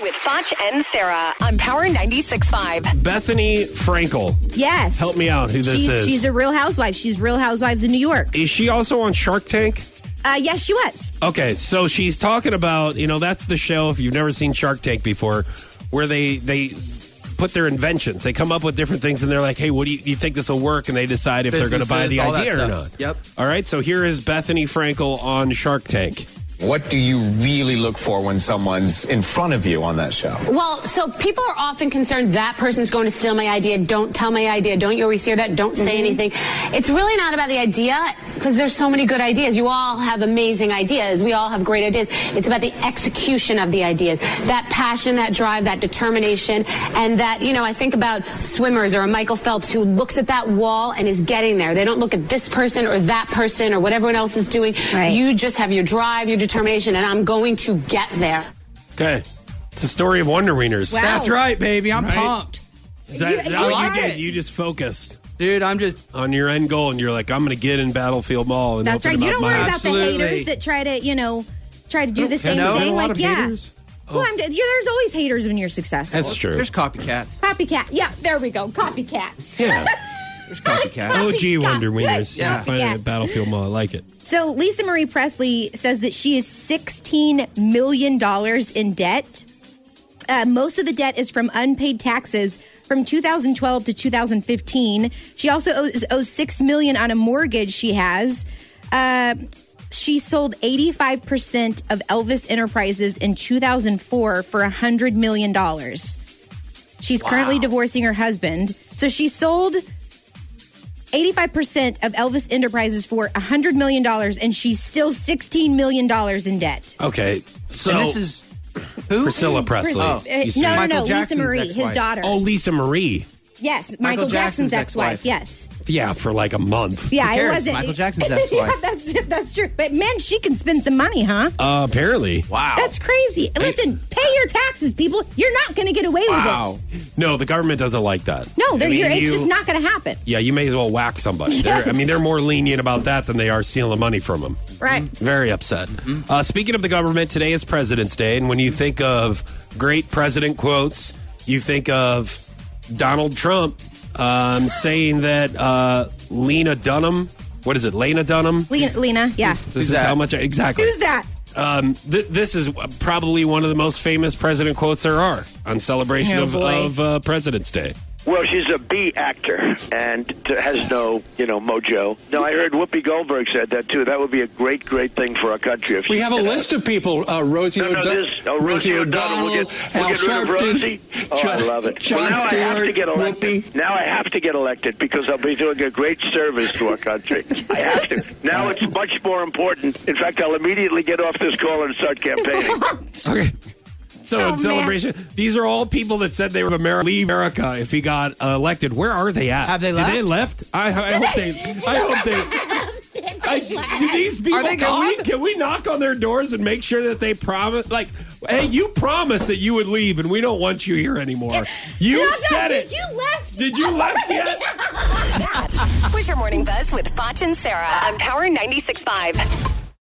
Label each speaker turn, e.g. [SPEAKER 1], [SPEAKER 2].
[SPEAKER 1] with Foch and Sarah on Power 96.5.
[SPEAKER 2] Bethany Frankel.
[SPEAKER 3] Yes.
[SPEAKER 2] Help me out who this
[SPEAKER 3] she's,
[SPEAKER 2] is.
[SPEAKER 3] She's a real housewife. She's Real Housewives of New York.
[SPEAKER 2] Is she also on Shark Tank?
[SPEAKER 3] Uh, yes, she was.
[SPEAKER 2] Okay, so she's talking about, you know, that's the show if you've never seen Shark Tank before where they they put their inventions. They come up with different things and they're like, "Hey, what do you, you think this will work?" and they decide if they're going to buy the
[SPEAKER 4] Businesses, all that
[SPEAKER 2] idea or
[SPEAKER 4] stuff.
[SPEAKER 2] not.
[SPEAKER 4] Yep.
[SPEAKER 2] All right, so here is Bethany Frankel on Shark Tank.
[SPEAKER 5] What do you really look for when someone's in front of you on that show?
[SPEAKER 6] Well, so people are often concerned that person's going to steal my idea. Don't tell my idea. Don't you always hear that? Don't say anything. It's really not about the idea because there's so many good ideas. You all have amazing ideas. We all have great ideas. It's about the execution of the ideas. That passion, that drive, that determination, and that, you know, I think about swimmers or a Michael Phelps who looks at that wall and is getting there. They don't look at this person or that person or what everyone else is doing.
[SPEAKER 3] Right.
[SPEAKER 6] You just have your drive, your determination, and I'm going to get there.
[SPEAKER 2] Okay. It's a story of Wonder Wieners.
[SPEAKER 3] Wow.
[SPEAKER 4] That's right, baby. I'm pumped.
[SPEAKER 2] Is that,
[SPEAKER 3] You-
[SPEAKER 2] that
[SPEAKER 3] you
[SPEAKER 2] what
[SPEAKER 3] like
[SPEAKER 2] you did?
[SPEAKER 3] it.
[SPEAKER 2] You just focused
[SPEAKER 4] Dude, I'm just
[SPEAKER 2] on your end goal and you're like, "I'm going to get in Battlefield Mall and
[SPEAKER 3] That's right.
[SPEAKER 2] open
[SPEAKER 3] You
[SPEAKER 2] up
[SPEAKER 3] don't
[SPEAKER 2] my
[SPEAKER 3] worry about
[SPEAKER 4] Absolutely.
[SPEAKER 3] the haters that try to, you know, try to do the same
[SPEAKER 4] know.
[SPEAKER 3] thing.
[SPEAKER 4] Isn't there a
[SPEAKER 2] lot
[SPEAKER 3] Like,
[SPEAKER 2] of
[SPEAKER 3] yeah.
[SPEAKER 2] haters?
[SPEAKER 3] Well, I'm, yeah, there's always haters when you're successful.
[SPEAKER 2] That's true.
[SPEAKER 4] There's copycats.
[SPEAKER 3] Copycat. Yeah, there we go. Copycats.
[SPEAKER 2] yeah.
[SPEAKER 4] There's copycats.
[SPEAKER 2] OG
[SPEAKER 3] Copycat.
[SPEAKER 2] Wonder Wieners.
[SPEAKER 4] Yeah.
[SPEAKER 2] You can find it at Battlefield Mall. I like it.
[SPEAKER 3] So Lisa Marie Presley says that she is $16 million in debt. Uh, most of the debt is from unpaid taxes from 2012 to 2015. She also owes, owes six million on a mortgage she has. Uh, she sold 85% of Elvis Enterprises in 2004 for $100 million. She's currently divorcing her husband. So she sold 85% of Elvis Enterprises for $100 million, and she's still $16 million in debt.
[SPEAKER 2] Okay. So
[SPEAKER 4] And this is who?
[SPEAKER 2] Priscilla Presley.
[SPEAKER 3] Uh,
[SPEAKER 2] Oh, you see.
[SPEAKER 3] no, no,
[SPEAKER 4] Michael
[SPEAKER 3] no, Lisa
[SPEAKER 4] Jackson's
[SPEAKER 3] Marie, his
[SPEAKER 4] ex-wife.
[SPEAKER 3] daughter.
[SPEAKER 2] Oh, Lisa Marie.
[SPEAKER 3] yes, Michael, Jackson's,
[SPEAKER 4] Jackson's
[SPEAKER 3] ex-wife.
[SPEAKER 4] ex-wife.
[SPEAKER 3] Yes,
[SPEAKER 2] Yeah, for like a month.
[SPEAKER 3] yeah,
[SPEAKER 4] cares?
[SPEAKER 3] it wasn't
[SPEAKER 4] Michael Jackson's
[SPEAKER 3] yeah,
[SPEAKER 4] ex-wife.
[SPEAKER 3] that's that's true. But man, she can spend some money, huh?
[SPEAKER 2] Uh, apparently.
[SPEAKER 4] Wow.
[SPEAKER 3] That's crazy. Listen, pay your taxes, people. You're not going to get away
[SPEAKER 4] wow.
[SPEAKER 3] with it.
[SPEAKER 2] No, the government doesn't like that.
[SPEAKER 3] No, they're,
[SPEAKER 2] I mean,
[SPEAKER 3] you're,
[SPEAKER 2] you-
[SPEAKER 3] it's just not going to happen.
[SPEAKER 2] Yeah, you may as well whack somebody. They're- I
[SPEAKER 3] Yes.
[SPEAKER 2] mean, they're more lenient about that than they are stealing money from them.
[SPEAKER 3] Right.
[SPEAKER 2] Very upset.
[SPEAKER 3] Mm-hmm.
[SPEAKER 2] Uh, speaking of the government, today is President's Day, and when you think of great president quotes, you think of Donald Trump um, saying that uh, Lena Dunham, what is it, Lena Dunham?
[SPEAKER 3] Lena, Lena, yeah.
[SPEAKER 2] This is
[SPEAKER 4] that?
[SPEAKER 2] how much I, exactly.
[SPEAKER 3] Who's that?
[SPEAKER 2] Um, th- this is probably one of the most famous president quotes there are on celebration
[SPEAKER 3] Oh,
[SPEAKER 2] of,
[SPEAKER 3] boy.
[SPEAKER 2] of uh, President's Day.
[SPEAKER 7] Well, she's a B actor and t- has no, you know, mojo. No, I heard Whoopi Goldberg said that too. That would be a great, great thing for our country. If
[SPEAKER 8] We
[SPEAKER 7] she
[SPEAKER 8] have a
[SPEAKER 7] did that.
[SPEAKER 8] list of people: uh, Rosie,
[SPEAKER 7] No, no,
[SPEAKER 8] O'Don-
[SPEAKER 7] this oh, Rosie O'Donnell. We'll get, we'll
[SPEAKER 8] Al
[SPEAKER 7] get rid of
[SPEAKER 8] Sharpton,
[SPEAKER 7] Rosie. Oh, I
[SPEAKER 8] John-
[SPEAKER 7] love it.
[SPEAKER 8] John
[SPEAKER 7] well, now
[SPEAKER 8] Stewart,
[SPEAKER 7] I have to get elected.
[SPEAKER 8] Whoopi.
[SPEAKER 7] Now I have to get elected because I'll be doing a great service to our country. I have to. Now it's much more important. In fact, I'll immediately get off this call and start campaigning.
[SPEAKER 2] Okay. So
[SPEAKER 3] Oh,
[SPEAKER 2] in celebration, these are all people that said they were Ameri- leave America if he got uh, elected. Where are they at?
[SPEAKER 4] Have they
[SPEAKER 2] Did
[SPEAKER 4] left?
[SPEAKER 2] they left? I, I hope they. I hope they. I, do these people
[SPEAKER 4] Are they
[SPEAKER 2] can we
[SPEAKER 4] gone?
[SPEAKER 2] can we knock on their doors and make sure that they promise like hey you promised that you would leave and we don't want you here anymore. You
[SPEAKER 3] No, no,
[SPEAKER 2] said
[SPEAKER 3] did
[SPEAKER 2] it.
[SPEAKER 3] you left?
[SPEAKER 2] Did you left yet?
[SPEAKER 1] Push your morning buzz with Foch and Sarah on Power 96.5.